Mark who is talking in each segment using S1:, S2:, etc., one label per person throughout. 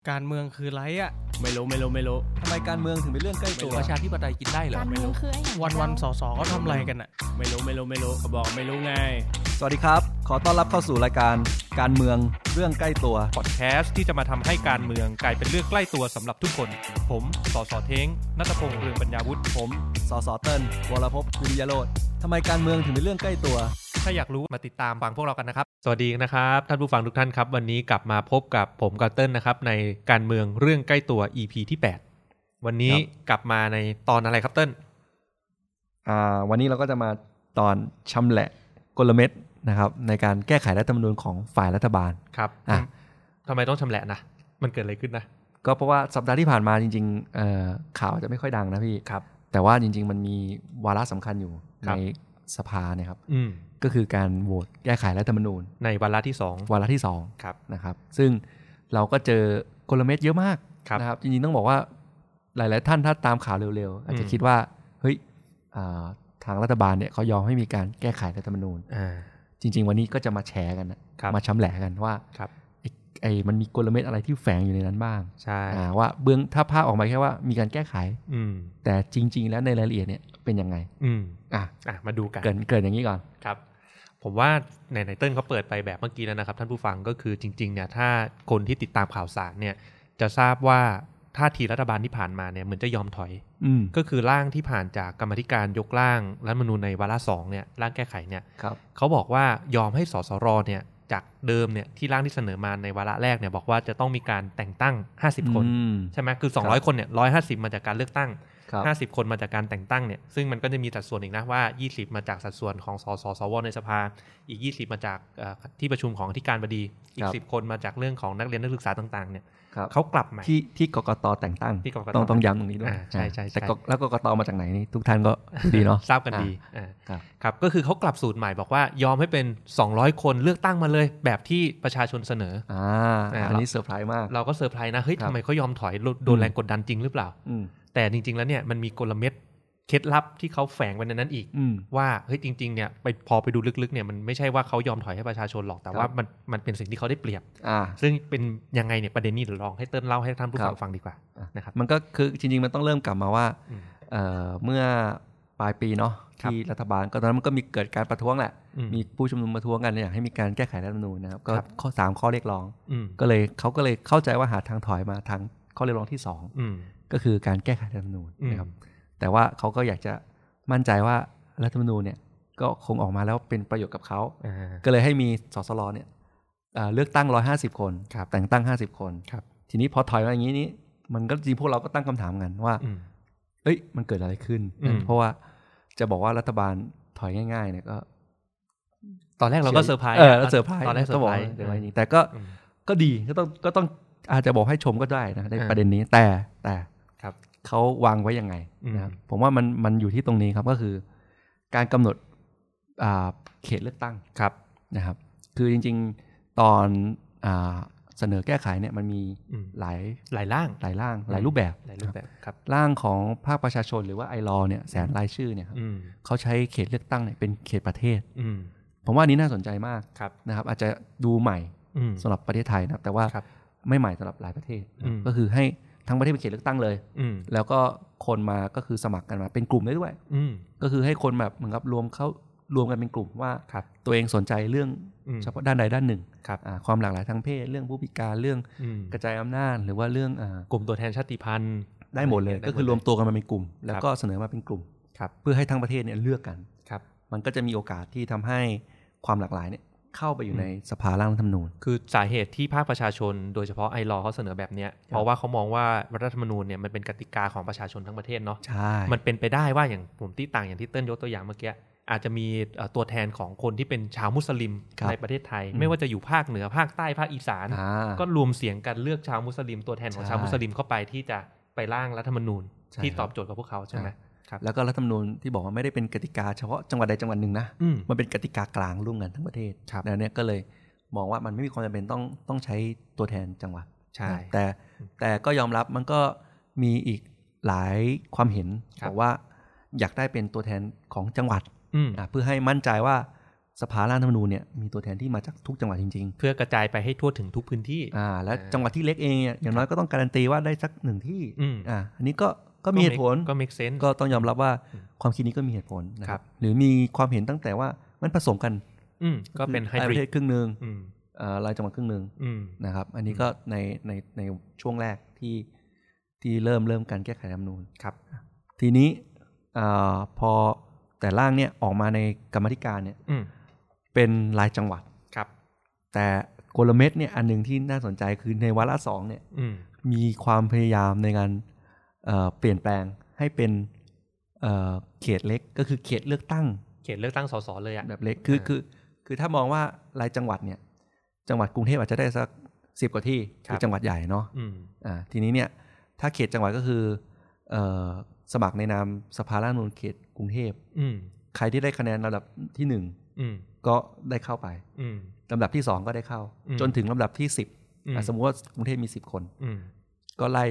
S1: การเมืองคือไรอะ
S2: ไม่รู้ไม่รู้ไม่รู้
S3: ทำไมการเมืองถึงเป็นเรื่องใกล้ตัว
S2: ไม่รู้
S3: ประชาธิปไตยกินได้เหรอ
S4: การเมืองคือไอ้อย่าง
S1: วันวันๆสอสอเขาทำอะไรกันอะ
S2: ไม่รู้ไม่รู้ไม่รู้เขาบอกไม่รู้ไง
S3: สวัสดีครับ ขอต้อนรับเข้าสู่รายการการเมืองเรื่องใกล้ตัว
S5: พอดแคสต์ที่จะมาทำให้การเมืองกลายเป็นเรื่องใกล้ตัวสำหรับทุกคน ผมสอสอเท้งนัตพงษ์เรืองปัญญาวุฒิ
S3: ผมสสเติ้ลวรพพกุริยโรธทำไมการเมืองถึงเป็นเรื่องใกล้ตัว
S5: ถ้าอยากรู้มาติดตามฟังพวกเรากันนะครับ สวัสดีนะครับ ท่านผู้ฟังทุกท่านครับ วันนี้กลับมาพบกับผมกับเติ้ลนะครับ ในการเมืองเรื่องใกล้ตัว EP ที่ 8 วันนี้
S3: ครับ
S5: กลับมาในตอนอะไรครับเติ้ล
S3: อ่าวันนี้เราก็จะมาตอนชำแหละกลเม็ดนะครับในการแก้ไขรัฐธรรมนูญของฝ่ายรัฐบาล
S5: ครับ
S3: อ่ะ
S5: ทำไมต้องชำแหละนะมันเกิดอะไรขึ้นนะ
S3: ก็เพราะว่าสัปดาห์ที่ผ่านมาจริงๆเอ่อข่าวอาจจะไม่ค่อยดังนะพี่
S5: ครับ
S3: แต่ว่าจริง ๆ มันมีวาระสำคัญอยู่
S5: ค
S3: ใน
S5: รับ
S3: สภาเนะครับ
S5: อืม
S3: ก็คือการโหวตแก้ไขรัฐธรรมนูญ
S5: ในวาระที่สอง
S3: วาระที่สอง
S5: ครับ
S3: นะครับซึ่งเราก็เจอกลเม็ดเยอะมาก
S5: ครับ
S3: นะครับจริงๆต้องบอกว่าหลาย ๆ ท่านถ้าตามข่าวเร็ว ๆ อาจจะ
S5: อืม
S3: คิดว่าเฮ้ยอ่าทางรัฐบาลเนี่ยเขายอมให้มีการแก้ไขรัฐธรรมนูญ
S5: อ่า
S3: จริง ๆ วันนี้ก็จะมาแชร์กันนะครับ มาช้ำแหละกันว่า
S5: ครับ
S3: ไอ้ไอ้มันมีกลเม็ดอะไรที่แฝงอยู่ในนั้นบ้าง
S5: ใช่
S3: อ่าว่าเบื้องถ้าภาพออกมาแค่ว่ามีการแก้ไข
S5: อืม
S3: แต่จริง ๆ แล้วในรายละเอียดเนี่ยเป็นยังไง
S5: อืม
S3: อ่ะ
S5: อ่ะมาดูกัน
S3: เกรินเกรินอย่างนี้ก่อน
S5: ครับผมว่าในไนเติ้ลเขาเปิดไปแบบเมื่อกี้แล้วนะครับ ท่านผู้ฟังก็คือจริงๆเนี่ยถ้าคนที่ติดตามข่าวสารเนี่ยจะทราบว่าท่าทีรัฐบาลที่ผ่านมาเนี่ยเหมือนจะยอมถอย
S3: อืม
S5: ก็คือร่างที่ผ่านจากกรรมธิการยกร่างรัฐธรรมนูญในวาระสองเนี่ยร่างแก้ไขเนี่ย
S3: ครับ
S5: เขาบอกว่ายอมให้สสรเนี่ยจากเดิมเนี่ยที่ร่างที่เสนอมาในวาระแรกเนี่ยบอกว่าจะต้องมีการแต่งตั้ง 50 คน
S3: อืม
S5: ใช่ไหมคือ
S3: ครับ
S5: 200 คนเนี่ย150 มาจากการเลือกตั้ง
S3: ครับ
S5: 50 คนมาจากการแต่งตั้งเนี่ยซึ่งมันก็จะมีสัดส่วนอีกนะว่า 20 มาจากสัดส่วนของสสสวในสภา อีก 20 มาจากเอ่อที่ประชุมของอธิการบดี อีก 10 คนมาจากเรื่องของนักเรียนนักศึกษาต่างๆเนี่ย
S3: ครับ
S5: เขากลับมา
S3: ที่ที่กกตแต่งตั้ง
S5: ที่กกต
S3: ต้องต้องย้ำตรงนี้ด้วย
S5: อ่าใช่ใช่ใช่
S3: แต่กกแล้วกกตมาจากไหนนี่ทุก ท่านก็ดีเนาะ
S5: ทราบกันดีอ่า
S3: ครับ
S5: ครับก็คือเขากลับสูตรใหม่บอกว่ายอมให้เป็น 200 คนเลือกตั้งมาเลย แบบที่ประชาชนเสนอ
S3: อ่า
S5: อ่า
S3: อันนี้เซอร์ไพรส์มาก
S5: เราก็เซอร์ไพรส์นะเฮ้ย
S3: ครับ
S5: ทำไมเขายอมถอยโดนแรงกดดันจริงหรือเปล่า
S3: อืม
S5: แต่จริง ๆ แล้วเนี่ยมันมีกลเม็ดเคล็ดลับที่เขาแฝงไว้ในนั้นอีก
S3: อืม
S5: ว่าเฮ้ยจริงๆเนี่ยไปพอไปดูลึกๆเนี่ยมันไม่ใช่ว่าเขายอมถอยให้ประชาชนหรอกแต่ว่า
S3: ครับ
S5: มันมันเป็นสิ่งที่เขาได้เปรียบ
S3: อ่า
S5: ซึ่งเป็นยังไงเนี่ยประเด็นนี้เดี๋ยวลองให้เติ้ลเล่าให้ท่านผู้
S3: ค
S5: ฟัง
S3: รับ
S5: ฟังดีกว่านะครับ
S3: มันก็คือจริง ๆ มันต้องเริ่มกลับมาว่า
S5: อืม
S3: เอ่อเมื่อปลายปีเนาะ
S5: ครับ
S3: ที่รัฐบาลก็ตอนนั้นมันก็มีเกิดการประท้วงแหละ
S5: อืม
S3: มีผู้ชุมนุมประท้วงกันอยากให้มีการแก้ไขรัฐธรรมนูญนะครับก็
S5: ครับ
S3: ข้อสามข้อเรียกร้อง
S5: อืม
S3: ก็เลยเขาก็เลยเข้าใจว่าหาทางถอยมาทางข้อเรียกร้องที่สอง
S5: อืม
S3: ก็คือการแก้ไขรัฐธรรมนูญ
S5: อืม
S3: นะครับ แต่ว่าเขาก็อยากจะมั่นใจว่ารัฐธรรมนูญเนี่ยก็คงออกมาแล้วเป็นประโยชน์กับเขา
S5: อ่า
S3: ก็เลยให้มีสสลเนี่ยเอ่อเลือกตั้ง 150 คน
S5: ครับ
S3: แต่งตั้ง 50 คน
S5: ครับ
S3: ทีนี้พอถอยมาอย่างนี้นี่มันก็จริงพวกเราก็ตั้งคำถามกันว่า
S5: อืม
S3: เอ้ย มันเกิดอะไรขึ้น
S5: อืม
S3: เพราะว่าจะบอกว่ารัฐบาลถอยง่ายๆเนี่ยก็
S5: ตอนแรกเราก็เซอร์ไพรส์
S3: เออ
S5: นะ
S3: เราเซอร์ไพรส์
S5: ตอนแรกเซอ
S3: ก็
S5: ร์
S3: บอก
S5: ไพร
S3: ว่า
S5: ส์
S3: เดี๋ยวไว้
S5: อื
S3: จ
S5: ม
S3: ริงแต่ก็
S5: อืม
S3: ก็ดีก็ต้องก็ต้องอาจจะบอกให้ชมก็ได้นะใน
S5: อ่า
S3: ประเด็นนี้แต่แต่
S5: ครับ
S3: เขาวางไว้ยังไงนะครับ
S5: อืม
S3: ผมว่ามันมันอยู่ที่ตรงนี้ครับก็คือ การกำหนดอ่าเขตเลือกตั้ง
S5: ครับ
S3: นะครับ คือจริงๆ ตอนอาเสนอแก้ไขเนี่ยมันมี
S5: อืม
S3: หลาย
S5: หลายร่าง
S3: หลายร่างหลายรูปแบบ
S5: หลายรูปแบบครับ
S3: ร่างของภาคประชาชนหรือว่าไอรอเนี่ยแสนรายชื่อเนี่ยครับ
S5: อืม
S3: เขาใช้เขตเลือกตั้งเนี่ยเป็นเขตประเทศ
S5: อืม
S3: ผมว่าอันนี้น่าสนใจมาก
S5: ครับ
S3: นะครับ อาจจะดูใหม่
S5: อืม
S3: สำหรับประเทศไทยนะครับแต่ว่า
S5: ครับ
S3: ไม่ใหม่สำหรับหลายประเทศนะครับ
S5: อืม
S3: ก็คือให้ทั้งประเทศเป็นเขตเลือกตั้งเลย
S5: อืม
S3: แล้วก็คนมาก็คือสมัครกันมาเป็นกลุ่มได้ด้วย
S5: อืม
S3: ก็คือให้คนแบบเหมือนกับรวมเข้ารวมกันเป็นกลุ่มว่า
S5: ครับ
S3: ตัวเองสนใจเรื่อง
S5: อืม
S3: เฉพาะด้านใดด้านหนึ่ง
S5: ครับ
S3: อ่าความหลากหลายทางเพศ เรื่องผู้พิการเรื่อง
S5: อืม
S3: กระจายอำนาจหรือว่าเรื่องอาก
S5: ลุ่มตัวแทนชาติพันธุ์
S3: ได้หมดเลย
S5: ะไางงี้
S3: ก็คือรวม
S5: ได้หด
S3: ตัวกันมาเป็นกลุ่ม แล้ว
S5: ครับ
S3: ก็เสนอมาเป็นกลุ่ม
S5: ครับ
S3: เพื่อให้ทั้งประเทศเนี่ยเลือกกัน
S5: เลยครับ
S3: มันก็จะมีโอกาสที่ทำให้ความหลากหลายเนี่ยเข้าไปอยู่ในสภาร่างรัฐธรรมนูญ
S5: คือสาเหตุที่ภาคประชาชนโดยเฉพาะไอรอว์เขาเสนอแบบเนี้ยเพราะว่าเขามองว่ารัฐธรรมนูญเนี่ยมันเป็นกติกาของประชาชนทั้งประเทศเนาะ
S3: ใช่
S5: มันเป็นไปได้ว่าอย่างผมที่ต่างอย่างที่เติ้ลยกตัวอย่างเมื่อกี้อาจจะมีเอ่อตัวแทนของคนที่เป็นชาวมุสลิม
S3: ครับ
S5: ในประเทศไทย ไม่ว่าจะอยู่ภาคเหนือภาคใต้ภาคอีสาน
S3: อ่า
S5: ก็รวมเสียงกันเลือกชาวมุสลิม ตัวแทนของ
S3: ใช่
S5: ชาวมุสลิมเข้าไปที่จะไปร่างรัฐธรรมนูญ
S3: ใช่
S5: ที่
S3: ครับ
S5: ตอบโจทย์กับพวกเขาใช่ไหมครับ
S3: แล้วก็รัฐธรรมนูญที่บอกว่าไม่ได้เป็นกติกาเฉพาะจังหวัดใดจังหวัดหนึ่งนะ
S5: อืม
S3: มันเป็นกติกากลางร่วมกันทั้งประเทศ
S5: ครับ
S3: ดังนี้นก็เลยมองว่ามันไม่มีความจำเป็นต้องต้องใช้ตัวแทนจังหวัด
S5: ใช่
S3: นะแต่แต่ก็ยอมรับมันก็มีอีกหลายความเห็น
S5: ครับ
S3: บอกว่าอยากได้เป็นตัวแทนของจังหวัด
S5: อืม
S3: อ่ะเพื่อให้มั่นใจว่า สภาร่างรัฐธรรมนูญเนี่ยมีตัวแทนที่มาจากทุกจังหวัดจริง ๆ
S5: เพื่อกระจายไปให้ทั่วถึงทุกพื้นที่
S3: อ่าและ
S5: อ่า
S3: จังหวัดที่เล็กเองเนี่ยอย่างน้อยก็ต้องการันตีว่าได้สักหนึ่งที่
S5: อืม
S3: อ่าอันนี้ก็ก็มีเหตุผล
S5: ก็ make sense
S3: ก็ต้องยอมรับว่าความคิดนี้ก็มีเหตุผลนะค
S5: ครั
S3: รับ บหรือมีความเห็นตั้งแต่ว่ามันผสมกัน
S5: อืมก็เป็นไฮ
S3: ราย
S5: บ
S3: ป
S5: ริ
S3: ระเท
S5: ด
S3: ศครึ่งหนึ่ง
S5: อืม
S3: อ่ารายจังหวัดครึ่งหนึ่ง
S5: อืม
S3: นะครับ อันนี้ก็ในในในช่วงแรกที่ที่เริ่มเริ่มการแก้ไขรัฐธรรมนูญ
S5: ครับ
S3: ทีนี้อ่าพอแต่ร่างเนี่ยออกมาในกรรมาธิการเนี่ย
S5: อืม
S3: เป็นรายจังหวัด
S5: ครับ
S3: แต่กลเม็ดเนี่ยอันหนึ่งที่น่าสนใจคือในวาระสองเนี่ย
S5: อืม
S3: มีความพยายามในการเอ่อเปลี่ยนแปลงให้เป็นเอ่อเขตเล็กก็คือเขตเลือกตั้ง
S5: เขตเลือกตั้งสสเลยอ่ะ
S3: แบบเล็กคือ
S5: อ่า
S3: คือคือถ้ามองว่ารายจังหวัดเนี่ยจังหวัดกรุงเทพอาจจะได้สักสิบกว่าที่คือจังหวัดใหญ่เนาะ
S5: อืม
S3: อ่าทีนี้เนี่ยถ้าเขตจังหวัดก็คือเอ่อสมัครในนามสภาร่างรัฐธรรมนูญเขตกรุงเทพ
S5: อืม
S3: ใครที่ได้คะแนนลำดับที่หนึ่ง
S5: อืม
S3: ก็ได้เข้าไป
S5: อืม
S3: ลำดับที่สองก็ได้เข้า
S5: อืม
S3: จนถึงลำดับที่สิบ
S5: อืม
S3: อ่ะสมมติว่ากรุงเทพมีสิบคน
S5: อืม
S3: ก็ไล่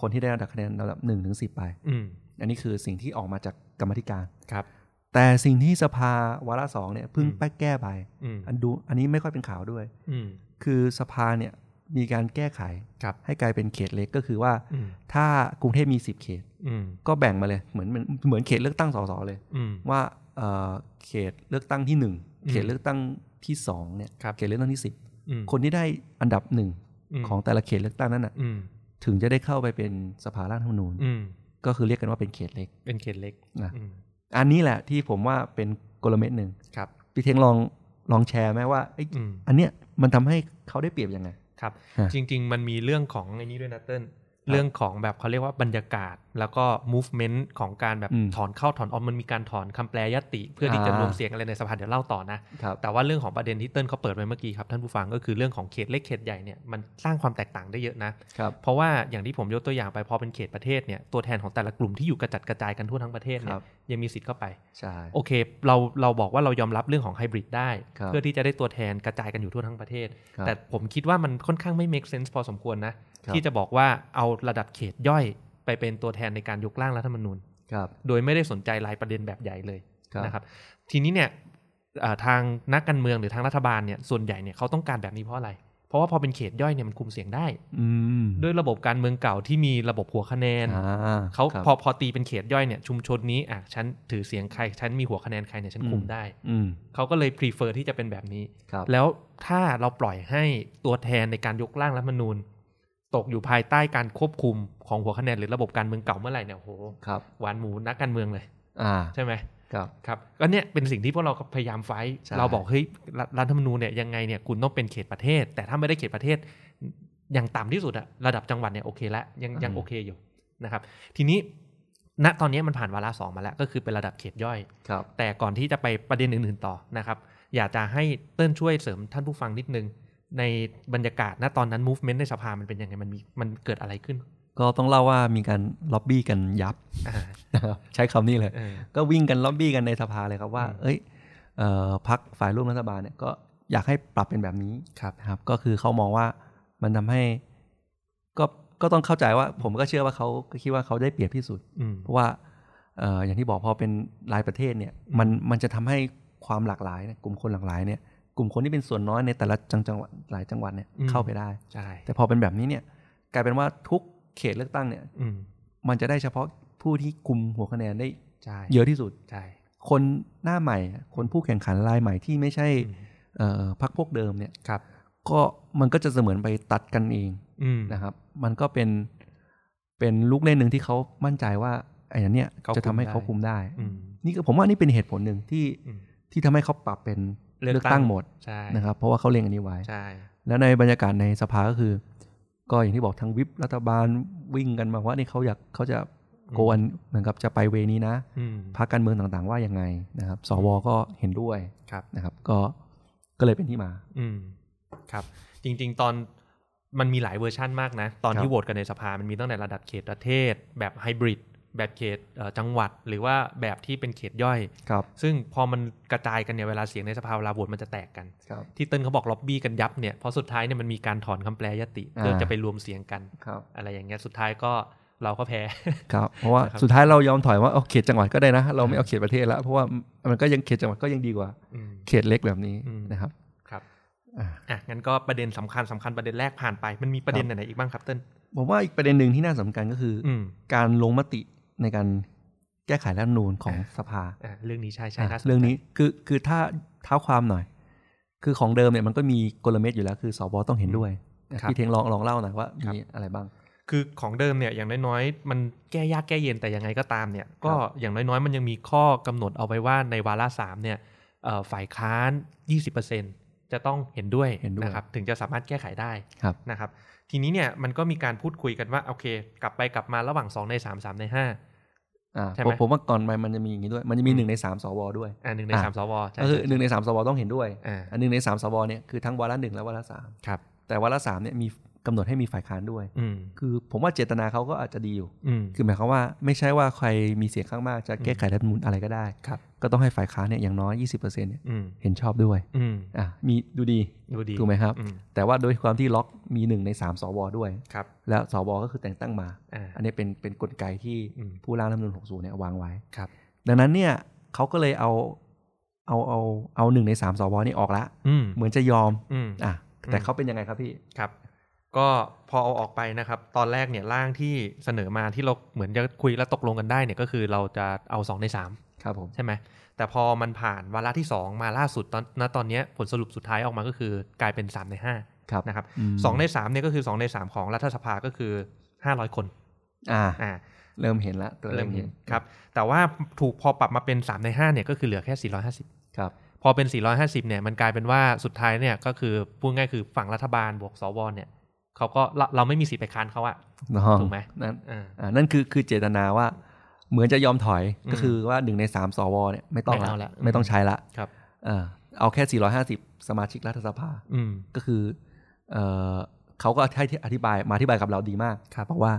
S3: คนที่ได้ระดับคะแนนระดับหนึ่งถึงสิบไป
S5: อืม
S3: อันนี้คือสิ่งที่ออกมาจากกรรมาธิการ
S5: ครับ
S3: แต่สิ่งที่สภาวาระสองเนี่ยเพิ่ง
S5: อืม
S3: ไปแก้ไป
S5: อืม
S3: อันดูอันนี้ไม่ค่อยเป็นข่าวด้วย
S5: อืม
S3: คือสภาเนี่ยมีการแก้ไข
S5: ครับ
S3: ให้กลายเป็นเขตเล็กก็คือว่า
S5: อืม
S3: ถ้ากรุงเทพมี 10 เขต
S5: อืม
S3: ก็แบ่งมาเลยเหมือนเหมือนเหมือนเขตเลือกตั้งสสเลย
S5: อืม
S3: ว่าเอ่อเขตเลือกตั้งที่
S5: อืม
S3: 1 เขตเลือกตั้งที่2เนี่ย
S5: ครับ
S3: เขตเลือกตั้งที่
S5: อืม
S3: 10 คนที่ได้อันดับหนึ่ง
S5: ม
S3: ของแต่ละเขตเลือกตั้งนั้นน่ะ
S5: อืม
S3: ถึงจะได้เข้าไปเป็นสภาร่างรัฐธรรมนูญ
S5: อืม
S3: ก็คือเรียกกันว่าเป็นเขตเล็ก
S5: เป็นเขตเล็ก
S3: นะ
S5: อืม
S3: อันนี้แหละที่ผมว่าเป็นกลเม็ดหนึ่ง
S5: ครับ
S3: พี่เทงลองลองแชร์ไหมว่าเอ้ย
S5: อืม
S3: อันเนี้ยมันทำให้เขาได้เปรียบยังไง
S5: ครับ
S3: ฮะ
S5: จริง ๆ มันมีเรื่องของไอ้นี้ด้วยนะเติ้ลเรื่องของแบบเขาเรียกว่าบรรยากาศ แล้วก็ movement ของการแบบ
S3: อืม
S5: ถอนเข้าถอนออกมันมีการถอนคำแปลยติ เพื่อที่จะ
S3: อ่ารร
S5: วมเสียงอะไรในสภาเดี๋ยวเล่าต่อนะ
S3: ครับ
S5: แต่ว่าเรื่องของประเด็นที่เติ้ลเขาเปิดไปเมื่อกี้ครับท่านผู้ฟังก็คือเรื่องของเขตเล็กเขตใหญ่เนี่ยมันสร้างความแตกต่างได้เยอะนะ
S3: ครับ
S5: เพราะว่าอย่างที่ผมยกตัวอย่างไปพอเป็นเขตประเทศเนี่ยตัวแทนของแต่ละกลุ่มที่อยู่กระจัดกระจายกันทั่วทั้งประเทศเนี่
S3: ครั
S5: ย
S3: บ
S5: ยังมีสิทธิ์เข้าไป
S3: ใช่
S5: โอเค เราเราบอกว่าเรายอมรับเรื่องของไฮบริดได้
S3: ครับ
S5: เพื่อที่จะได้ตัวแทนกระจายกันอยู่ทั่วทั้งประเทศ
S3: ครับ
S5: แต่ผมคิดว่ามันค่อนข้างไม่ make sense พอสมควรนะ
S3: ครับ
S5: ที่จะบอกว่าเอาระดับเขตย่อยไปเป็นตัวแทนในการยกร่างรัฐธรรมนูญ
S3: ครับ
S5: โดยไม่ได้สนใจรายประเด็นแบบใหญ่เลย
S3: ครับ
S5: นะครับ ทีนี้เนี่ยเอ่อทางนักการเมืองหรือทางรัฐบาลเนี่ยส่วนใหญ่เนี่ยเขาต้องการแบบนี้เพราะอะไร เพราะว่าพอเป็นเขตย่อยเนี่ยมันคุมเสียงได้
S3: อืม
S5: ด้วยระบบการเมืองเก่าที่มีระบบหัวคะแนน
S3: อ่า
S5: เขา
S3: ครับ
S5: พอพอตีเป็นเขตย่อยเนี่ยชุมชนนี้อ่ะฉันถือเสียงใครฉันมีหัวคะแนนใครเนี่ยฉัน
S3: อืม
S5: คุมได้
S3: อืม
S5: เขาก็เลย prefer ที่จะเป็นแบบนี้
S3: ครับ
S5: แล้วถ้าเราปล่อยให้ตัวแทนในการยกร่างรัฐธรรมนูญ ตกอยู่ภายใต้การควบคุมของหัวคะแนนหรือระบบการเมืองเก่าเมื่อไหร่เนี่ยโอ้โห
S3: ครับ
S5: หวานหมูนักการเมืองเลย
S3: อ่า
S5: ใช่ไหม
S3: ครับ
S5: ครับก็เนี่ยเป็นสิ่งที่พวกเราก็พยายามไฟท์
S3: ใช่
S5: เราบอกเฮ้ยรัฐรัฐธรรมนูญเนี่ยยังไงเนี่ยคุณต้องเป็นเขตประเทศ แต่ถ้าไม่ได้เขตประเทศอย่างต่ำที่สุดอะระดับจังหวัดเนี่ยโอเคละยังยังโอเคอยู่นะครับ ทีนี้ณตอนนี้มันผ่านวาระสองมาแล้วก็คือเป็นระดับเขตย่อย
S3: ครับ
S5: แต่ก่อนที่จะไปประเด็นอื่นๆต่อนะครับ อยากจะให้เติ้ลช่วยเสริมท่านผู้ฟังนิดนึง ในบรรยากาศณตอนนั้น movement ในสภามันเป็นยังไง มันมีมันเกิดอะไรขึ้น
S3: ก็ต้องเล่าว่ามีการล็อบบี้กันยับ
S5: อ่า
S3: นะครับใช้คำนี้เลย
S5: เออ
S3: ก็วิ่งกันล็อบบี้กันในสภาเลยครับว่า
S5: อืม
S3: เอ้ยเอ่อพักฝ่ายร่วมรัฐบาลเนี่ยก็อยากให้ปรับเป็นแบบนี้
S5: ครับ
S3: นะครับ ก็คือเขามองว่ามันทำให้ ก็ก็ต้องเข้าใจว่า ผมก็เชื่อว่าเขาก็คิดว่าเขาได้เปรียบที่สุด
S5: อืม
S3: เพราะว่าเอ่ออย่างที่บอกพอเป็นรายประเทศเนี่ยมันมันจะทำให้ความหลากหลายเนี่ยกลุ่มคนหลากหลายเนี่ยกลุ่มคนที่เป็นส่วนน้อยในแต่ละจังจังหวัดหลายจังหวัดเนี่ย
S5: อืม
S3: เข้าไปได้
S5: ใช่
S3: แต่พอเป็นแบบนี้เนี่ยกลายเป็นว่าทุกเขตเลือกตั้งเนี่ย
S5: อืม
S3: มันจะได้เฉพาะผู้ที่กลุ่มหัวคะแนนได้
S5: ใช่
S3: เยอะที่สุด
S5: ใช่
S3: คนหน้าใหม่ คนผู้แข่งขันรายใหม่ที่ไม่ใช่
S5: อืม
S3: เอ่อพรรคพวกเดิมเนี่ย
S5: ครับ
S3: ก็มันก็จะเสมือนไปตัดกันเอง
S5: อืม
S3: นะครับ มันก็เป็นเป็นลูกเล่นหนึ่งที่เขามั่นใจว่าไอ้อันเนี้ย
S5: เขาคุม
S3: จะทำให้
S5: ได้
S3: เขาคุมได้
S5: อืม
S3: นี่ก็ผมว่านี่เป็นเหตุผลหนึ่งที่
S5: อืม
S3: ที่ทำให้เขาปรับเป็น
S5: เลือกตั้ง
S3: หมด
S5: ใช่
S3: นะครับเพราะว่าเขาเล็งอันนี้ไว้
S5: ใช่
S3: แล้วในบรรยากาศในสภาก็คือ ก็อย่างที่บอกทั้งวิปรัฐบาลวิ่งกันมาว่านี่เขาอยากเขาจะโกนเหมือนกับจะไปเวนี้นะ
S5: อืม
S3: พรรคการเมืองต่างๆ ว่ายังไงนะครับ สวก็เห็นด้วย
S5: ครับ
S3: นะครับ ก็ก็เลยเป็นที่มา
S5: อืมครับ จริงๆ ตอนมันมีหลายเวอร์ชั่นมากนะ ตอน
S3: ครับ
S5: ที่โหวตกันในสภามันมีตั้งแต่ระดับเขตประเทศ แบบไฮบริดแบบเขตเอ่อจังหวัด หรือว่าแบบที่เป็นเขตย่อย
S3: ครับ
S5: ซึ่งพอมันกระจายกันเนี่ยเวลาเสียงในสภาเวลาโหวตมันจะแตกกัน
S3: ครับ
S5: ที่เติ้ลเขาบอกล็อบบี้กันยับเนี่ยเพอสุดท้ายเนี่ยมันมีการถอนคำแปลยติ เพื่อ
S3: อ่า
S5: จะไปรวมเสียงกัน
S3: ครับ
S5: อะไรอย่างเงี้ยสุดท้ายก็ เราก็แพ้
S3: ครับเพราะว่า
S5: นะครับ
S3: สุดท้ายเรายอมถอยว่าเอาเขตจังหวัดก็ได้นะ เราไม่เอาเขตประเทศแล้วเพราะว่ามันก็ยังเขตจังหวัดก็ยังดีกว่า
S5: อืม
S3: เขตเล็กแบบนี้
S5: อืม
S3: นะครับ
S5: ครับ
S3: อ่า
S5: อ่ะงั้นก็ประเด็นสำคัญสำคัญประเด็นแรกผ่านไป มันมีประเด็น
S3: ครับ
S5: ไหนๆอีกบ้างครับเติ้ล
S3: ผมว่าอีกประเด็นหนึ่งที่น่าสำคัญก็คือ
S5: อืม
S3: การลงมติในการแก้ไขรัฐธรรมนูญของสภา
S5: อ่ะเรื่องนี้ใช่ใช่
S3: อ่ะ
S5: น่าสใจ
S3: เรื่องนี้คือคือถ้าเท้าความหน่อย คือของเดิมเนี่ยมันก็มีกลเม็ดอยู่แล้วคือสวต้องเห็นด้วยพี่เทงลองลองเล่าหน่อยว่ามีอะไรบ้าง
S5: คือของเดิมเนี่ยอย่างน้อยๆ มันแก้ยากแก้เย็นแต่ยังไงก็ตามเนี่ย ก็อย่างน้อยๆ มันยังมีข้อกำหนดเอาไว้ว่าในวาระสามเนี่ยเอ่อฝ่ายค้าน 20%จะต้องเห็นด้วย
S3: เห็นด้วย
S5: นะครับถึงจะสามารถแก้ไขได้
S3: ครับ
S5: นะครับทีนี้เนี่ยมันก็มีการพูดคุยกันว่าโอเค กลับไปกลับมาระหว่าง 2 ใน 3 3 ใน 5
S3: อ่า
S5: ใช่ไหม
S3: ผมผมว่าก่อนไปมันจะมีอย่างนี้ด้วย มันจะมี
S5: อืม
S3: หนึ่งในสามสวด้วย
S5: อ่าหนึ่งใน
S3: อ่ะ
S5: สามสวใช่
S3: ก็คือหนึ่งในสามสวต้องเห็นด้วย
S5: อ่า
S3: อันหนึ่งในสามสวเนี่ยคือทั้งวาระหนึ่งและวาระสาม
S5: ครับ
S3: แต่วาระสามเนี่ยมีกำหนดให้มีฝ่ายค้านด้วย
S5: อืม
S3: คือผมว่าเจตนาเขาก็อาจจะดีอยู่
S5: อืม
S3: คือหมายความว่าไม่ใช่ว่าใครมีเสียงข้างมากจะแก้ไขรัฐธรรมนูญอะไรก็ได้
S5: ครับ
S3: ก็ต้องให้ฝ่ายค้านเนี่ยอย่างน้อย 20%เนี่ย
S5: อืม
S3: เห็นชอบด้วย
S5: อืม
S3: อ่ะมีดูดี
S5: ดูดี
S3: ถูกไหมครับ
S5: อืม
S3: แต่ว่าโดยความที่ล็อกมีหนึ่งในสามสวด้วย
S5: ครับ
S3: แล้วสวก็คือแต่งตั้งมา
S5: อ่า
S3: อันนี้เป็นเป็นกลไกที่
S5: อืม
S3: ผู้ร่างรัฐธรรมนูญ60เนี่ยวางไว้
S5: ครับ
S3: ดังนั้นเนี่ยเขาก็เลยเอาเอาเอาเอาหนึ่งในสามสวนี่ออกละ
S5: อืม
S3: เหมือนจะยอม
S5: อืม
S3: อ่ะแต่
S5: อืม
S3: เขาเป็นยังไงครับพี่
S5: ครับ ก็พอเอาออกไปนะครับ ตอนแรกเนี่ยร่างที่เสนอมาที่เราเหมือนจะคุยแล้วตกลงกันได้เนี่ยก็คือเราจะเอา 2 ใน 3
S3: ครับผม
S5: ใช่ไหมแต่พอมันผ่านวาระที่ 2 มาล่าสุดตอนณตอนเนี้ยผลสรุปสุดท้ายออกมาก็คือกลายเป็น 3 ใน
S3: ครับ
S5: 5นะครับ
S3: อืม
S5: สองใน3เนี่ยก็คือ 2 ใน 3 ของรัฐสภาก็คือ 500 คน
S3: อ่า
S5: อ่า
S3: เริ่มเห็นละตัวลข
S5: เริ่มเห็นครับแต่ว่าถูกพอปรับมาเป็น 3 ใน5เนี่ยก็คือเหลือแค่ 450
S3: ครับ
S5: พอเป็น 450เนี่ยมันกลายเป็นว่าสุดท้ายเนี่ยก็คือพูดง่ายคือฝั่งรัฐบาลบวกสวเนี่ยเขาก็เราเราไม่มีสิทธิ์ไปค้านเขาอะ
S3: น้อง
S5: ถูกไหม
S3: นั่น
S5: อ่า
S3: อ่านั่นคือคือเจตนาว่า เหมือนจะยอมถอย
S5: อืม
S3: ก็คือว่าหนึ่งในสามสวเนี่ยไม่ต้อง
S5: ไม่เอาละ
S3: ละไม่ต้องใช้ละ
S5: ครับ
S3: เออเอาแค่ 450 สมาชิกรัฐสภา
S5: อืม
S3: ก็คือเออเขาก็ให้อธิบายมาอธิบายกับเราดีมาก
S5: ครับ
S3: บอกว่า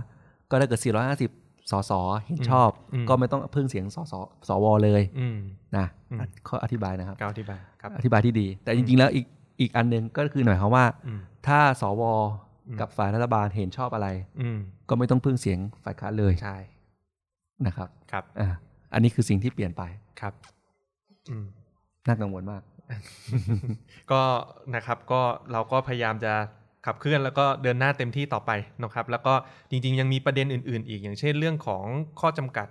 S3: ก็ถ้าเกิด 450 สสเห็นชอบ
S5: อืม
S3: ก็ไม่ต้องพึ่งเสียงสสสวเลย
S5: อืม
S3: นะ
S5: อืม
S3: ข้ออธิบายนะครับ
S5: ก้าวที่บายครับ
S3: อธิบายที่ดี แต่จริงๆแล้วอีกอีกอันหนึ่งก็คือหน่อยความว่า
S5: อืม
S3: ถ้าสว
S5: อืม
S3: กับฝ่ายรัฐบาลเห็นชอบอะไร
S5: อืม
S3: ก็ไม่ต้องพึ่งเสียงฝ่ายค้านเลย
S5: ใช่
S3: นะครับ
S5: ครับ
S3: อ่าอันนี้คือสิ่งที่เปลี่ยนไป
S5: ครับ อืม
S3: น่ากังวลมาก
S5: ก็นะครับก็เราก็พยายามจะขับเคลื่อนแล้วก็เดินหน้าเต็มที่ต่อไปนะครับ แล้วก็จริงๆ ยังมีประเด็นอื่น ๆ อีกอย่างเช่นเรื่องของข้อจำกัด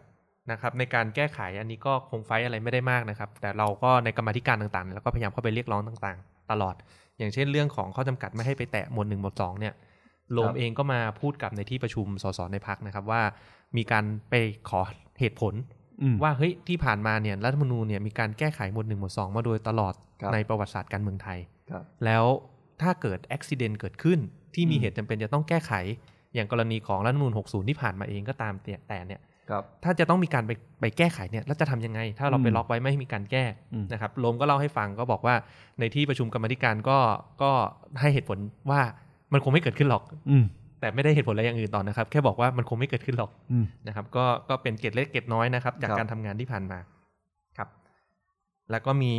S5: นะครับ ในการแก้ไขอันนี้ก็คงไฟท์อะไรไม่ได้มากนะครับ แต่เราก็ในกรรมาธิการต่างๆเราก็พยายามเข้าไปเรียกร้องต่างๆ ตลอด อย่างเช่นเรื่องของข้อจำกัดไม่ให้ไปแตะหมวดหนึ่งหมวดสองเนี่ยโล
S3: ครั
S5: ม
S3: บ
S5: เองก็มาพูดกับในที่ประชุมสสในพักนะครับว่า มีการไปขอเหตุผล
S3: อืม
S5: ว่าเฮ้ยที่ผ่านมาเนี่ยรัฐธรรมนูญเนี่ยมีการแก้ไขหมวดหนึ่งหมวดสองมาโดยตลอด
S3: ครับ
S5: ในประวัติศาสตร์การเมืองไทย
S3: ครับ
S5: แล้วถ้าเกิดอุบิเหตุเกิดขึ้น ที่มี
S3: อืม
S5: เหตุจำเป็นจะต้องแก้ไข อย่างกรณีของรัฐธรรมนูญ60 ที่ผ่านมาเองก็ตามเนี่ยแต่เนี่ย
S3: ครับ
S5: ถ้าจะต้องมีการไปไปแก้ไขเนี่ยแล้วจะทำยังไง ถ้าเราไป
S3: อืม
S5: ล็อกไว้ไม่ให้มีการแก้
S3: อืม
S5: นะครับโลมก็เล่าให้ฟังก็บอกว่าในที่ประชุมกรรมาธิการก็ก็ให้เหตุผลว่ามันคงไม่เกิดขึ้นหรอก
S3: อืม
S5: แต่ไม่ได้เหตุผลอะไรอย่างอื่นต่อนะครับ แค่บอกว่ามันคงไม่เกิดขึ้นหรอก
S3: อืม
S5: นะครับก็ก็เป็นเกร็ดเล็กเกร็ดน้อยนะครับ จาก
S3: ครับ
S5: การทำงานที่ผ่านมาครับ แล้วก็มี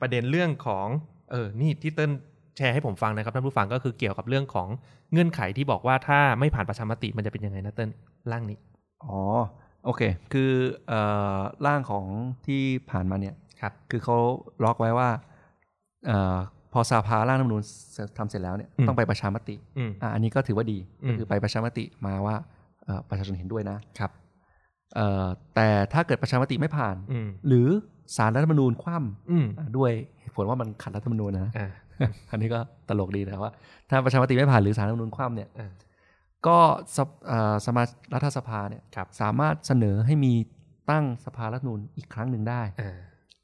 S5: ประเด็นเรื่องของเออนี่ที่เติ้ลแชร์ให้ผมฟังนะครับท่านผู้ฟังก็คือเกี่ยวกับเรื่องของเงื่อนไขที่บอกว่าถ้าไม่ผ่านประชามติมันจะเป็นยังไงนะเติ้ลร่างนี้
S3: อ๋อโอเค คือเอ่อร่างของที่ผ่านมาเนี่ย
S5: ครับ
S3: คือเขาล็อกไว้ว่าเอ่อพอสภาร่างรัฐธรรมนูญเสร็จทำเสร็จแล้วเนี่ย
S5: อืม
S3: ต้องไปประชามติ
S5: อืม
S3: อ่ะอันนี้ก็ถือว่าดี
S5: อืม
S3: ก็คือไปประชามติมาว่าเอ่อประชาชนเห็นด้วยนะครับ เอ่อแต่ถ้าเกิดประชามติไม่ผ่าน
S5: อืม
S3: หรือสารรัฐธรรมนูญคว่
S5: อืม
S3: ำอ่ะด้วยเหตุผลว่ามันขัดรัฐธรรมนูญนะ
S5: อ่า
S3: อันนี้ก็ตลกดีนะว่า ถ้าประชามติไม่ผ่านหรือสารรัฐธรรมนูญคว่ำเนี่ย
S5: อ่า
S3: ก็สภเอ่อสมารัฐสภาเนี่ย
S5: ครับ
S3: สามารถเสนอให้มีตั้งสภารัฐธรรมนูญอีกครั้งหนึ่งได้
S5: อ่า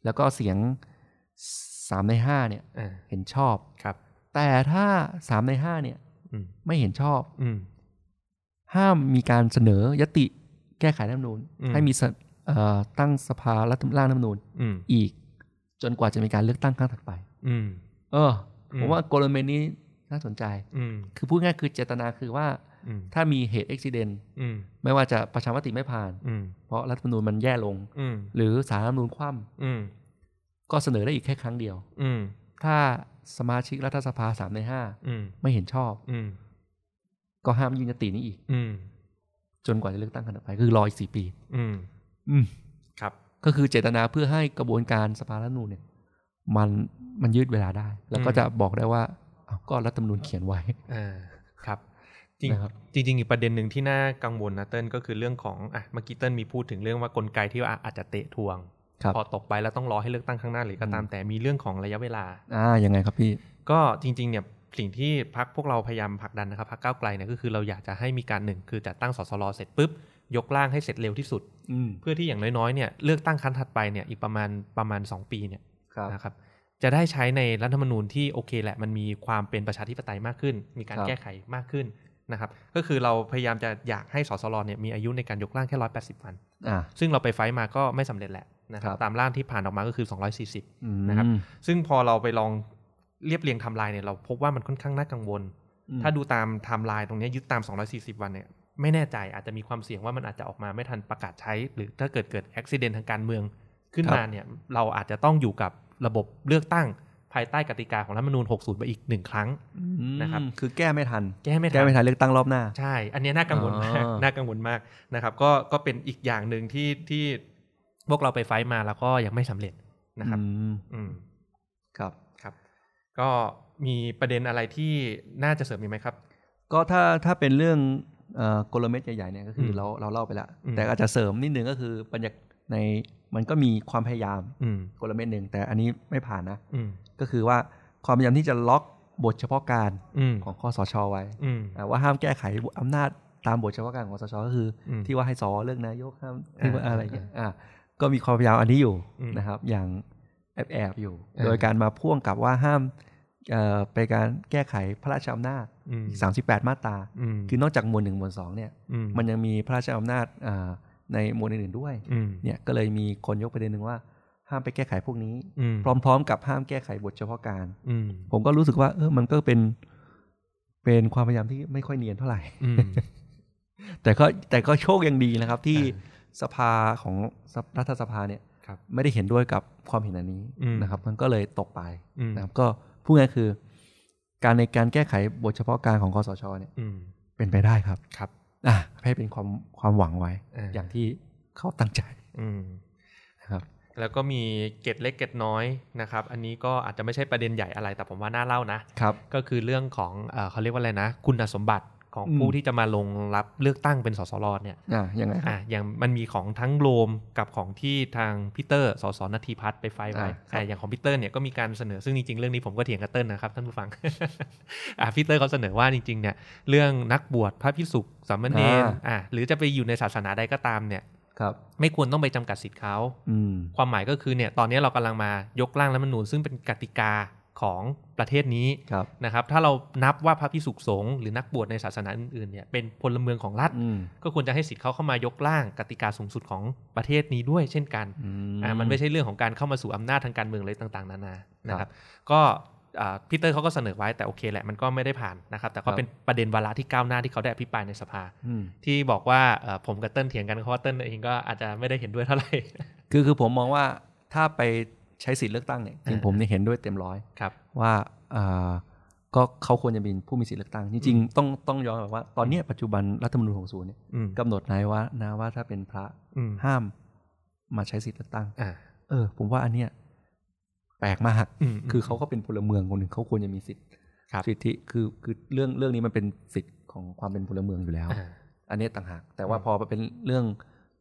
S3: แล้วก็เสียงสามในห้าเนี่ย
S5: อ่า
S3: เห็นชอบ
S5: ครับ
S3: แต่ถ้าสามในห้าเนี่ย
S5: อืม
S3: ไม่เห็นชอบ
S5: อืม
S3: ห้ามมีการเสนอยติแก้ไขรัฐธรรมนูญ
S5: อืม
S3: ให้มีสเอ่อตั้งสภารัฐร่างรัฐธรรมนูญ
S5: อืม
S3: อีก จนกว่าจะมีการเลือกตั้งครั้งถัดไป
S5: อืม
S3: เอออ
S5: ม
S3: ผมว่ากลเมนนี้น่าสนใจ
S5: อืม
S3: คือพูดง่ายคือเจตนาคือว่า
S5: อืม
S3: ถ้ามีเหตุอุบิเหตุ
S5: อืม
S3: ไม่ว่าจะประชามติไม่ผ่าน
S5: อืม
S3: เพราะรัฐธรรมนูญมันแย่ลง
S5: อืม
S3: หรือสารรัฐธรรมนูญคว่
S5: อืม
S3: ำก็เสนอได้อีกแค่ครั้งเดียว
S5: อืม
S3: ถ้าสมาชิกรัฐสภาสามในห้า
S5: อืม
S3: ไม่เห็นชอบ
S5: อืม
S3: ก็ห้ามยื่นยตินี้อีก
S5: อืม
S3: จนกว่าจะเลือกตั้งครั้งต่อไปคือรออีกสี่ปี
S5: อืม
S3: อืม
S5: ครับ
S3: ก็คือเจตนาเพื่อให้กระบวนการสภารัฐธรรมนูญเนี่ย มันมันยืดเวลาได้ แล้วก็
S5: อืม
S3: จะบอกได้ว่าอ้าวก็รัฐธรรมนูญเขียนไว้
S5: อ่าครับ จริง
S3: นะครับ
S5: จริงๆอีกประเด็นหนึ่งที่น่ากังวลนะเติ้ลก็คือเรื่องของอ่ะเมื่อกี้เติ้ลมีพูดถึงเรื่องว่ากลไกที่ว่าอาจจะเตะทวง
S3: ครับ
S5: พอตกไปแล้วต้องรอให้เลือกตั้งข้างหน้าหรือก็ตามแต่มีเรื่องของระยะเวลา
S3: อ่ายังไงครับพี่
S5: ก็จริงๆเนี่ยสิ่งที่พักพวกเราพยายามผลักดันนะครับพักก้าวไกลเนี่ยก็คือเราอยากจะให้มีการหนึ่งคือจัดตั้งสสรเสร็จปุ๊บ ยกร่างให้เสร็จเร็วที่สุด
S3: อืม
S5: เพื่อที่อย่างน้อยๆเนี่ยเลือกตั้งครั้งถัดไปเนี่ยอีกประมาณประมาณ 2 ปีเนี่ย
S3: ครับ
S5: นะครับจะได้ใช้ในรัฐธรรมนูญที่โอเคแหละมันมีความเป็นประชาธิปไตยมากขึ้น มีการ
S3: ครับ
S5: แก้ไขมากขึ้นนะครับก็คือเราพยายามจะอยากให้สสรเนี่ยมีอายุในการยกร่างแค่ 180 วัน
S3: อ่า
S5: ซึ่งเราไปไฟท์มาก็ไม่สำเร็จแหละนะครับ
S3: ครับ
S5: ตามร่างที่ผ่านออกมาก็คือ 240
S3: อืม
S5: นะครับ ซึ่งพอเราไปลองเรียบเรียงไทำลายเนี่ยเราพบว่ามันค่อนข้างน่ากังวล
S3: อืม
S5: ถ้าดูตามไทำลายตรงเนี้ยยึดตาม 240 วันเนี่ยไม่แน่ใจอาจจะมีความเสี่ยงว่ามันอาจจะออกมาไม่ทันประกาศใช้ หรือถ้าเกิดเกิดอุบิเหตุทางการเมืองขึ้นมาเนี่ยเราอาจจะต้องอยู่กับระบบเลือกตั้งภายใต้กติกาของรัฐธรรมนูญ 60 ไปอีกหนึ่งครั้ง นะครับ
S3: คือแก้ไม่ทัน
S5: แก้ไม่ทั
S3: แก้
S5: น
S3: ไม่ทันเลือกตั้งรอบหน้า
S5: ใช่ อันเนี้ยน่ากังวลมาก
S3: อ๋อ
S5: น่ากังวลมากนะครับ ก็ ก็เป็นอีกอย่างหนึ่งที่ ที่พวกเราไปไฟท์มาแล้วก็ยังไม่สำเร็จ
S3: นะ
S5: นะครับ อืม
S3: ครับ
S5: ครับ ก็มีประเด็นอะไรที่น่าจะเสริมอีกไหมครับ
S3: ก็ถ้าถ้าเป็นเรื่องเอ่อกลเม็ดใหญ่ๆเนี่ยก็คืออ
S5: ม
S3: เราเราเล่าไปแล้ว
S5: อืม
S3: แต่อาจจะเสริมนิดนึงก็คือบรรยากในมันก็มีความพยายาม
S5: อืม
S3: กลเม็ดหนึ่งแต่อันนี้ไม่ผ่านนะ
S5: อืม
S3: ก็คือว่าความพยายามที่จะล็อกบทเฉพาะการ
S5: อืม
S3: ของคอสชไว้
S5: อืม
S3: อ่าว่าห้ามแก้ไขอำนาจตามบทเฉพาะการของคอสชก็คืออ
S5: ม
S3: ที่ว่าให้สวเลือกนายกห้ามที่ว่า
S5: อ่า
S3: อะไรอย่างเงี้ยอ่าก็มีความพยายามอันนี้อยู่
S5: อืม
S3: นะครับ อย่างแอบๆอยู่
S5: อ่า
S3: โดยการมาพ่วงกับว่าห้ามเอ่อไปการแก้ไขพระราชอำนาจ
S5: อืม
S3: อีก38 มาตรา
S5: อืม
S3: คือนอกจากหมวลหนึ่งหมวลสองเนี่ย
S5: ม
S3: มันยังมีพระราชอำนาจอ่าในหมวลอื่นๆด้วย
S5: อืม
S3: เนี่ยก็เลยมีคนยกประเด็นหนึ่งว่า ห้ามไปแก้ไขพวกนี้
S5: อืม
S3: พร้อม ๆ กับห้ามแก้ไขบทเฉพาะการ
S5: อืม
S3: ผมก็รู้สึกว่าเออมันก็เป็น เป็นความพยายามที่ไม่ค่อยเนียนเท่า ไหร่
S5: อืม
S3: แต่ก็แต่ก็โชคยังดีนะครับ ที่
S5: อ่
S3: สภาของสภรัฐสภาเนี่ย
S5: ครับ
S3: ไม่ได้เห็นด้วยกับความเห็นอันนี้
S5: อืม
S3: นะครับ มันก็เลยตกไป
S5: อืม
S3: นะครับ ก็พูดง่ายๆคือ การในการแก้ไขบทเฉพาะการของคอสชเนี่ย
S5: อืม
S3: เป็นไปได้ครับ
S5: ครับ
S3: อ่ะให้เป็นความความหวังไว้
S5: อ่า
S3: อย่างที่เขาตั้งใจ
S5: อืม
S3: นะครับ
S5: แล้วก็มีเกร็ดเล็กเกร็ดน้อยนะครับ อันนี้ก็อาจจะไม่ใช่ประเด็นใหญ่อะไร แต่ผมว่าน่าเล่านะ
S3: ครับ
S5: ก็คือเรื่องของเอ่อเขาเรียกว่าอะไรนะ คุณสมบัติของ
S3: อืม
S5: ผู้ที่จะมาลงรับเลือกตั้งเป็นสสรเนี่ย
S3: อ่ะยังไงครับ
S5: อ่ะอย่างมันมีของทั้งโรมกับของที่ทางพีเตอร์สสนาทีพัฒน์ไปไฟท์ไว้
S3: อ่าครับ
S5: อ่ะอย่างของพีเตอร์เนี่ยก็มีการเสนอซึ่งจริงๆ เรื่องนี้ผมก็เถียงกับเติ้ลนะครับท่านผู้ฟัง อ่ะพีเตอร์เขาเสนอว่าจริงๆเนี่ยเรื่องนักบวชพระภิกษุสามเณรอ่ะหรือจะไปอยู่ในศาสนาใดก็ตามเนี่ย
S3: ครับ
S5: ไม่ควรต้องไปจำกัดสิทธิ์เขา
S3: อืม
S5: ความหมายก็คือเนี่ยตอนนี้เรากำลังมายกร่างรัฐธรรมนูญซึ่งเป็นกติกาของประเทศนี้
S3: ครับ
S5: นะครับถ้าเรานับว่าพระพิสุขสงฆ์หรือนักบวชในศาสนาอื่นๆเนี่ยเป็นพลเมืองของรัฐ
S3: อืม
S5: ก็ควรจะให้สิทธิ์เขาเข้ามายกร่างกติกาสูงสุดของประเทศนี้ด้วย เช่นกัน
S3: อื
S5: อ่ามันไม่ใช่เรื่องของการเข้ามาสู่อำนาจทางการเมืองเลยต่างๆ นานานะครับก็อ่าพีเตอร์เขาก็เสนอไว้แต่โอเคแหละมันก็ไม่ได้ผ่านนะครับแต่ก็เป็นประเด็นวาระที่ก้าวหน้าที่เขาได้อภิปรายในสภา
S3: อืม
S5: ที่บอกว่าเอ่อผมกับเติ้ลเถียงกันเพราะว่าเติ้ลเองก็อาจจะไม่ได้เห็นด้วยเท่าไหร่
S3: คือคือผมมองว่าถ้าไปใช้สิทธิ์เลือกตั้งเนี่ยจริง
S5: อ่า
S3: ผมเนี่ยเห็นด้วยเต็มร้อย
S5: ครับ
S3: ว่าอ่าก็เขาควรจะเป็นผู้มีสิทธิ์เลือกตั้ง จริงๆต้องต้องย้อนแบบว่าตอนเนี้ยปัจจุบันรัฐธรรมนูญ60เนี่ย
S5: อืม
S3: กำหนดไว้ว่านะว่าถ้าเป็นพระ
S5: อืม
S3: ห้ามมาใช้สิทธิ์เลือกตั้ง
S5: อ่า
S3: เออ ผมว่าอันเนี้ยแปลกมาก
S5: อืม
S3: คือเขาก็เป็นพลเมืองคนหนึ่งเขาควรจะมีสิทธิ์
S5: ครับ
S3: สิทธิคือคือเรื่องเรื่องนี้มันเป็นสิทธิ์ของความเป็นพลเมืองอยู่แล้ว
S5: อ่า
S3: อันนี้ต่างหาก แต่ว่าพอไปเป็นเรื่อง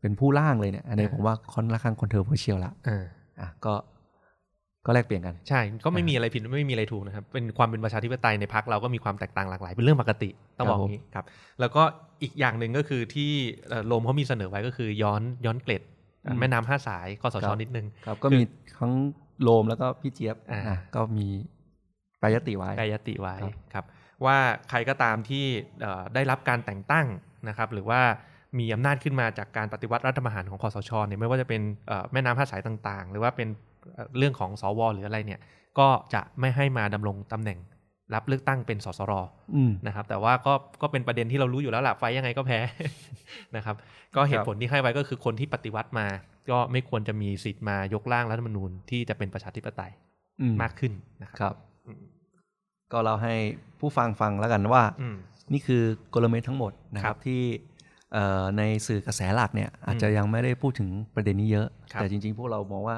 S3: เป็นผู้ร่างเลยเนี่ยอันนี้
S5: อ่า
S3: ผมว่าค่อนข้างคอนเทอร์เวอร์เชียลละ
S5: อ่า
S3: อ่ะก็ก็แลกเปลี่ยนกัน
S5: ใช่ ก็ไม่มีอะไรผิดไม่มีอะไรถูกนะครับ เป็นความเป็นประชาธิปไตยในพักเราก็มีความแตกต่างหลากหลายเป็นเรื่องปกติต้องบอก
S3: ครับ
S5: อย่างนี้ครับ แล้วก็อีกอย่างหนึ่งก็คือที่เอ่อโรมเขามีเสนอไว้ก็คือย้อนย้อนเกล็ดอ่ะแม่น้ำห้าสายกสชนิดนึง
S3: ครับ ก็มีทั้งโลมแล้วก็พี่เจี๊ยบ
S5: อ่า
S3: อ่ะก็มีแปรยติไว้
S5: กายติไว้
S3: ครับ
S5: ครับว่าใครก็ตามที่เอ่อได้รับการแต่งตั้งนะครับ หรือว่ามีอำนาจขึ้นมาจากการปฏิวัติรัฐประหารของคอสชเนี่ยไม่ว่าจะเป็นเอ่อแม่น้ำท่าสายต่างๆ หรือว่าเป็นเอ่อเรื่องของสวหรืออะไรเนี่ยก็จะไม่ให้มาดำรงตำแหน่งรับเลือกตั้งเป็นสสร
S3: อืม
S5: นะครับแต่ว่าก็ก็เป็นประเด็นที่เรารู้อยู่แล้วล่ะไฟยังไงก็แพ้ นะครับก็เห
S3: ครั
S5: ตุ
S3: บ
S5: ผลที่ให้ไว้ก็คือคนที่ปฏิวัติมา ก็ไม่ควรจะมีสิทธิ์มายกร่างรัฐธรรมนูญที่จะเป็นประชาธิปไตย
S3: อืม
S5: มากขึ้นนะครับ
S3: ครับ ก็เราให้ผู้ฟังฟังแล้วกันว่า
S5: อืม
S3: นี่คือกลเม็ดทั้งหมดนะค
S5: ครั
S3: รั
S5: บบ
S3: ที่ เอ่อในสื่อกระแสหลักเนี่ยอาจจะยังไม่ได้พูดถึงประเด็นนี้เยอะ
S5: ครับ
S3: แต่จริง ๆ พวกเรามองว่า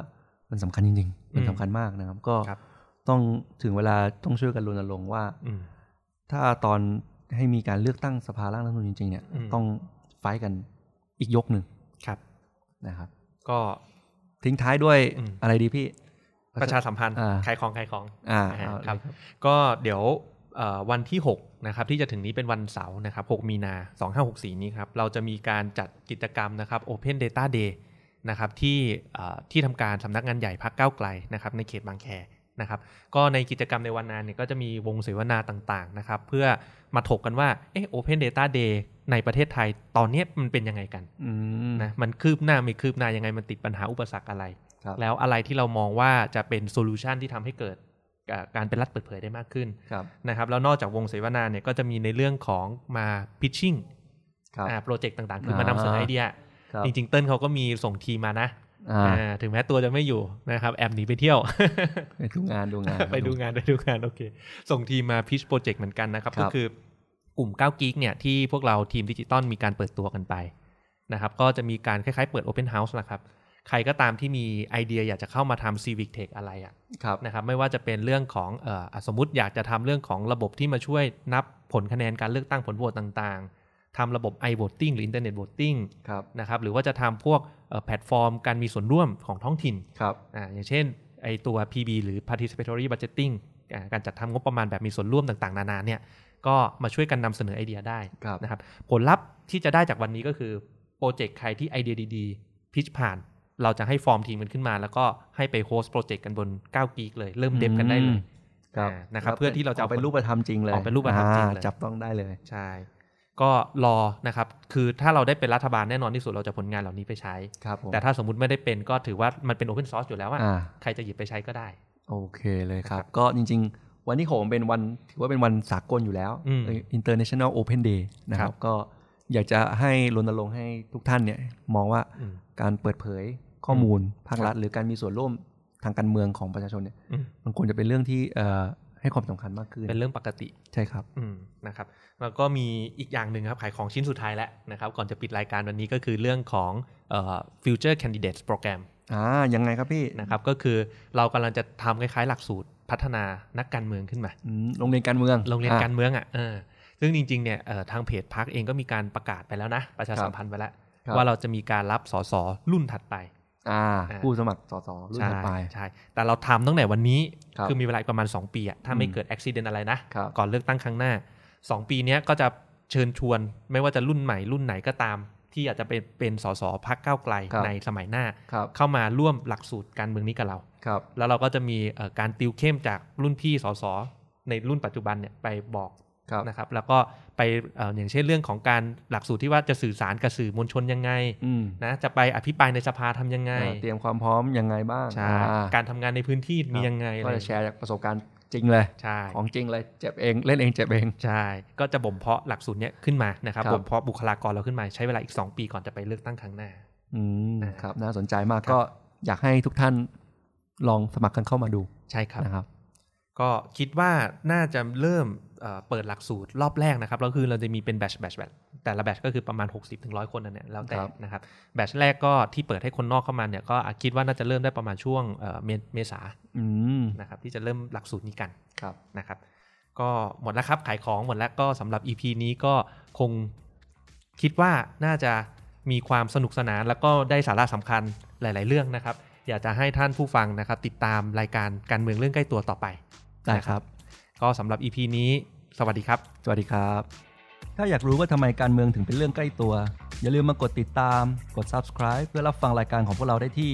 S3: มันสำคัญจริง ๆ มันสำคัญมากนะครับ ก็
S5: ครับ
S3: ต้องถึงเวลาต้องช่วยกันรณรงค์ว่า
S5: อืม
S3: ถ้าตอนให้มีการเลือกตั้งสภาร่างรัฐธรรมนูญจริงๆเนี่ย
S5: อืม
S3: ต้องไฟท์กันอีกยกหนึ่ง
S5: ครับ
S3: นะครับ
S5: ก็
S3: ทิ้งท้ายด้วย
S5: อืม
S3: อะไรดีพี่
S5: ประชาสัมพันธ์
S3: อ่า
S5: ขายของขายของ
S3: อ่า
S5: อ่า
S3: เอา
S5: ครับ ก็เดี๋ยวเอ่อวันที่ 6 นะครับ ที่จะถึงนี้เป็นวันเสาร์นะครับ 6 มีนา 2564 นี้ครับ เราจะมีการจัดกิจกรรมนะครับ Open Data Day นะครับที่เอ่อที่ทำการสำนักงานใหญ่พักก้าวไกลนะครับในเขตบางแคนะครับ ก็ในกิจกรรมในวันนั้นเนี่ยก็จะมีวงเสวนาต่างๆนะครับ เพื่อมาถกกันว่าเออ Open Data Day ในประเทศไทยตอนเนี้ยมันเป็นยังไงกัน
S3: อืม
S5: นะมันคืบหน้าไม่คืบหน้ายังไงมันติดปัญหาอุปสรรคอะไร
S3: ครับ
S5: แล้วอะไรที่เรามองว่าจะเป็นโซลูชันที่ทำให้เกิดเอ่อการเป็นรัฐเปิดเผยได้มากขึ้น
S3: ครับ
S5: นะครับแล้วนอกจากวงเสวนาเนี่ยก็จะมีในเรื่องของมาพิชชิ่ง
S3: ครับ
S5: โปรเจกต์ต่างๆ คือ
S3: อ่าม
S5: มานำเสนอไอเดีย
S3: ครับ
S5: จริง ๆ เติ้ลเขาก็มีส่งทีมมานะ
S3: อ่า
S5: อ่าถึงแม้ตัวจะไม่อยู่นะครับแอบหนีไปเที่ยว
S3: ไปดูงานดูงาน
S5: ไปดูงานไปดูงานโอเค ส่งทีมมาพิชโปรเจกต์เหมือนกันนะครับ
S3: ครับ
S5: ก็คือกลุ่ม9กิกเนี่ยที่พวกเราทีมดิจิตอลมีการเปิดตัวกันไปนะครับ ก็จะมีการคล้ายๆเปิด Open House นะครับ ใครก็ตามที่มีไอเดียอยากจะเข้ามาทำ Civic Tech อะไรอะ
S3: ครับ
S5: นะครับ ไม่ว่าจะเป็นเรื่องของเอออ่ะสมมติอยากจะทำเรื่องของระบบที่มาช่วยนับผลคะแนนการเลือกตั้งผลโหวตต่างๆทำระบบ i-voting หรือ Internet Voting
S3: ครับ
S5: นะครับหรือว่าจะทำพวกเอ่อแพลตฟอร์มการมีส่วนร่วมของท้องถิ่น
S3: ครับ
S5: อ่าอย่างเช่นไอตัว PB หรือ participatory budgeting อ่าการจัดทำงบประมาณแบบมีส่วนร่วมต่างๆ นานาเนี่ยก็มาช่วยกันนำเสนอไอเดียได้
S3: ครับ
S5: นะครับผลลัพธ์ที่จะได้จากวันนี้ก็คือ โปรเจกต์ใครที่ไอเดียดีๆ พิชผ่าน เราจะให้ฟอร์มทีมกันขึ้นมา แล้วก็ให้ไปโฮสต์โปรเจกต์กันบน9กิกเลย เริ่มเดฟกันได้เลย
S3: ครับ
S5: อ่านะครับเพื่อที่เราจะเอา
S3: เป็นรูปธรรมจริงเลย
S5: เอาเป็นรูปธรรมจริงเลย
S3: อ่าจับต้องได้เลย
S5: ใช่ ก็รอนะครับคือถ้าเราได้เป็นรัฐบาลแน่นอนที่สุดเราจะผลงานเหล่านี้ไปใช้
S3: ครับผม
S5: แต่ถ้าสมมติไม่ได้เป็นก็ถือว่ามันเป็นโอเพนซอร์สอยู่แล้วอะ
S3: อ่า
S5: ใครจะหยิบไปใช้ก็ได้
S3: โอเคเลยครั
S5: ครับ บ
S3: ก็จริงๆ วันที่ผมเป็นวันถือว่าเป็นวันสากลอยู่แล้ว
S5: อืม
S3: เอ่อ International Open Day นะค
S5: ครั
S3: รับบ ก็อยากจะให้รณรงค์ให้ทุกท่านเนี่ยมองว่า
S5: อืม
S3: การเปิดเผยข้อมูลภาครัฐ หรือการมีส่วนร่วมทางการเมืองของประชาชนเนี่ย
S5: อืม
S3: มันควรจะเป็นเรื่องที่เอ่อให้ความสำคัญมากขึ้น
S5: เป็นเรื่องปกติ
S3: ใช่ครับ
S5: อืมนะครับแล้วก็มีอีกอย่างหนึ่งครับ ขายของชิ้นสุดท้ายแล้วนะครับ ก่อนจะปิดรายการวันนี้ก็คือเรื่องของเอ่อ future candidates program
S3: อ่ายังไงครับพี่
S5: นะครับ ก็คือเรากำลังจะทำคล้ายๆ หลักสูตรพัฒนานักการเมืองขึ้นมา
S3: อืมโรงเรียนการเมือง
S5: โรงเรียนการ
S3: อ่ะ
S5: เมืองอ่ะเออซึ่งจริงๆเนี่ยเอ่อทางเพจพักเองก็มีการประกาศไปแล้วนะ ประชาสัมพันธ์ไปแล้ว
S3: ครับ
S5: ว่าเราจะมีการรับสสรุ่นถัดไป
S3: อ่า
S5: อ่า
S3: ผู้สมัครสสรุ่นถัดไป
S5: ใช่ใช่ แต่เราทำตั้งแต่วันนี้
S3: ครับ
S5: อมีเวลาอีกประมาณ 2 ปีอะถ้าไม่
S3: อืม
S5: เกิดอุบิเหตุอะไรนะ
S3: ครับ
S5: ก่อนเลือกตั้งครั้งหน้า 2 ปีเนี้ยก็จะเชิญชวน ไม่ว่าจะรุ่นใหม่รุ่นไหนก็ตาม ที่อยากจะเป็นเป็นสสพักก้าวไกล
S3: ครับ
S5: ในสมัยหน้า
S3: ครับ
S5: เข้ามาร่วมหลักสูตรการเมืองนี้กับเรา
S3: ครับ
S5: แล้วเราก็จะมีเอ่อการติวเข้มจากรุ่นพี่สสในรุ่นปัจจุบันเนี่ยไปบอก
S3: ครับ
S5: นะครับแล้วก็ไปเอ่ออย่างเช่นเรื่องของการหลักสูตรที่ว่าจะสื่อสารกับสื่อมวลชนยังไง
S3: อืม
S5: นะจะไปอภิปรายในสภาทำยังไง
S3: อ่าเตรียมความพร้อมยังไงบ้าง
S5: ใช่
S3: อ่า
S5: การทำงานในพื้นที่มียังไง
S3: ก็
S5: อะไร
S3: จะแชร์จากประสบการณ์จริงเลย
S5: ใช่
S3: ของจริงเลย เจ็บเองเล่นเองเจ็บเอง
S5: ใช่ ก็จะบ่มเพาะหลักสูตรเนี้ยขึ้นมานะครับ
S3: ครับ
S5: บ่มเพาะบุคลากรเราขึ้นมาใช้เวลาอีก 2 ปีก่อนจะไปเลือกตั้งครั้งหน้า
S3: อืม
S5: อ่า
S3: ครับ น่าสนใจมาก
S5: ครับ
S3: ก็อยากให้ทุกท่านลองสมัครกันเข้ามาดู
S5: ใช่ครับ
S3: นะครับ
S5: ก็คิดว่าน่าจะเริ่มเอ่อเปิดหลักสูตรรอบแรกนะครับแล้วคือเราจะมีเป็นแบชแบชแบชแต่ละแบชก็คือประมาณ 60-100ถึง100คนนั่นแหละแล้วแต่
S3: ครับ
S5: นะครับแบชแรกก็ที่เปิดให้คนนอกเข้ามาเนี่ยก็อ่ะคิดว่าน่าจะเริ่มได้ประมาณช่วงเอ่อเมเมษา
S3: อืม
S5: นะครับที่จะเริ่มหลักสูตรนี้กัน
S3: ครับ
S5: นะครับก็หมดแล้วครับขายของหมดแล้วก็สำหรับ EP นี้ก็คงคิดว่าน่าจะมีความสนุกสนาน แล้วก็ได้สาระสำคัญหลาย ๆ เรื่องนะครับ อยากจะให้ท่านผู้ฟังนะครับ ติดตามรายการการเมืองเรื่องใกล้ตัวต่อไป
S3: ได้ครับ
S5: ก็สำหรับ EP นี้สวัสดีครับ
S3: สวัสดีครับ ถ้าอยากรู้ว่าทำไมการเมืองถึงเป็นเรื่องใกล้ตัว อย่าลืมมากดติดตาม กด subscribe เพื่อรับฟังรายการของพวกเราได้ที่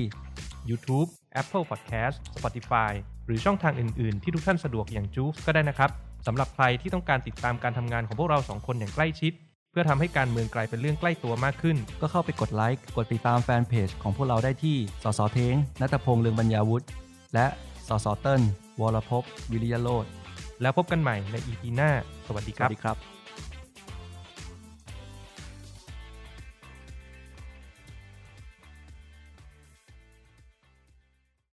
S5: YouTube Apple Podcast Spotify หรือช่องทางอื่น ๆ ที่ทุกท่านสะดวกอย่างจูฟก็ได้นะครับสำหรับใครที่ต้องการติดตามการทำงานของพวกเราสองคนอย่างใกล้ชิด เพื่อทำให้การเมืองกลายเป็นเรื่องใกล้ตัวมากขึ้น
S3: ก็เข้าไปกดไลค์ กดติดตามแฟนเพจของพวกเราได้ที่ สสเทงนัตพงษ์เลืองบรรยาวุฒิ และสสเติ้ลวรภพวิริยโรธ
S5: แล้วพบกันใหม่ใน EP หน้า สวัสดี
S3: ส
S5: ค
S3: วั
S5: รั
S3: ส
S5: บ
S3: ดีครับ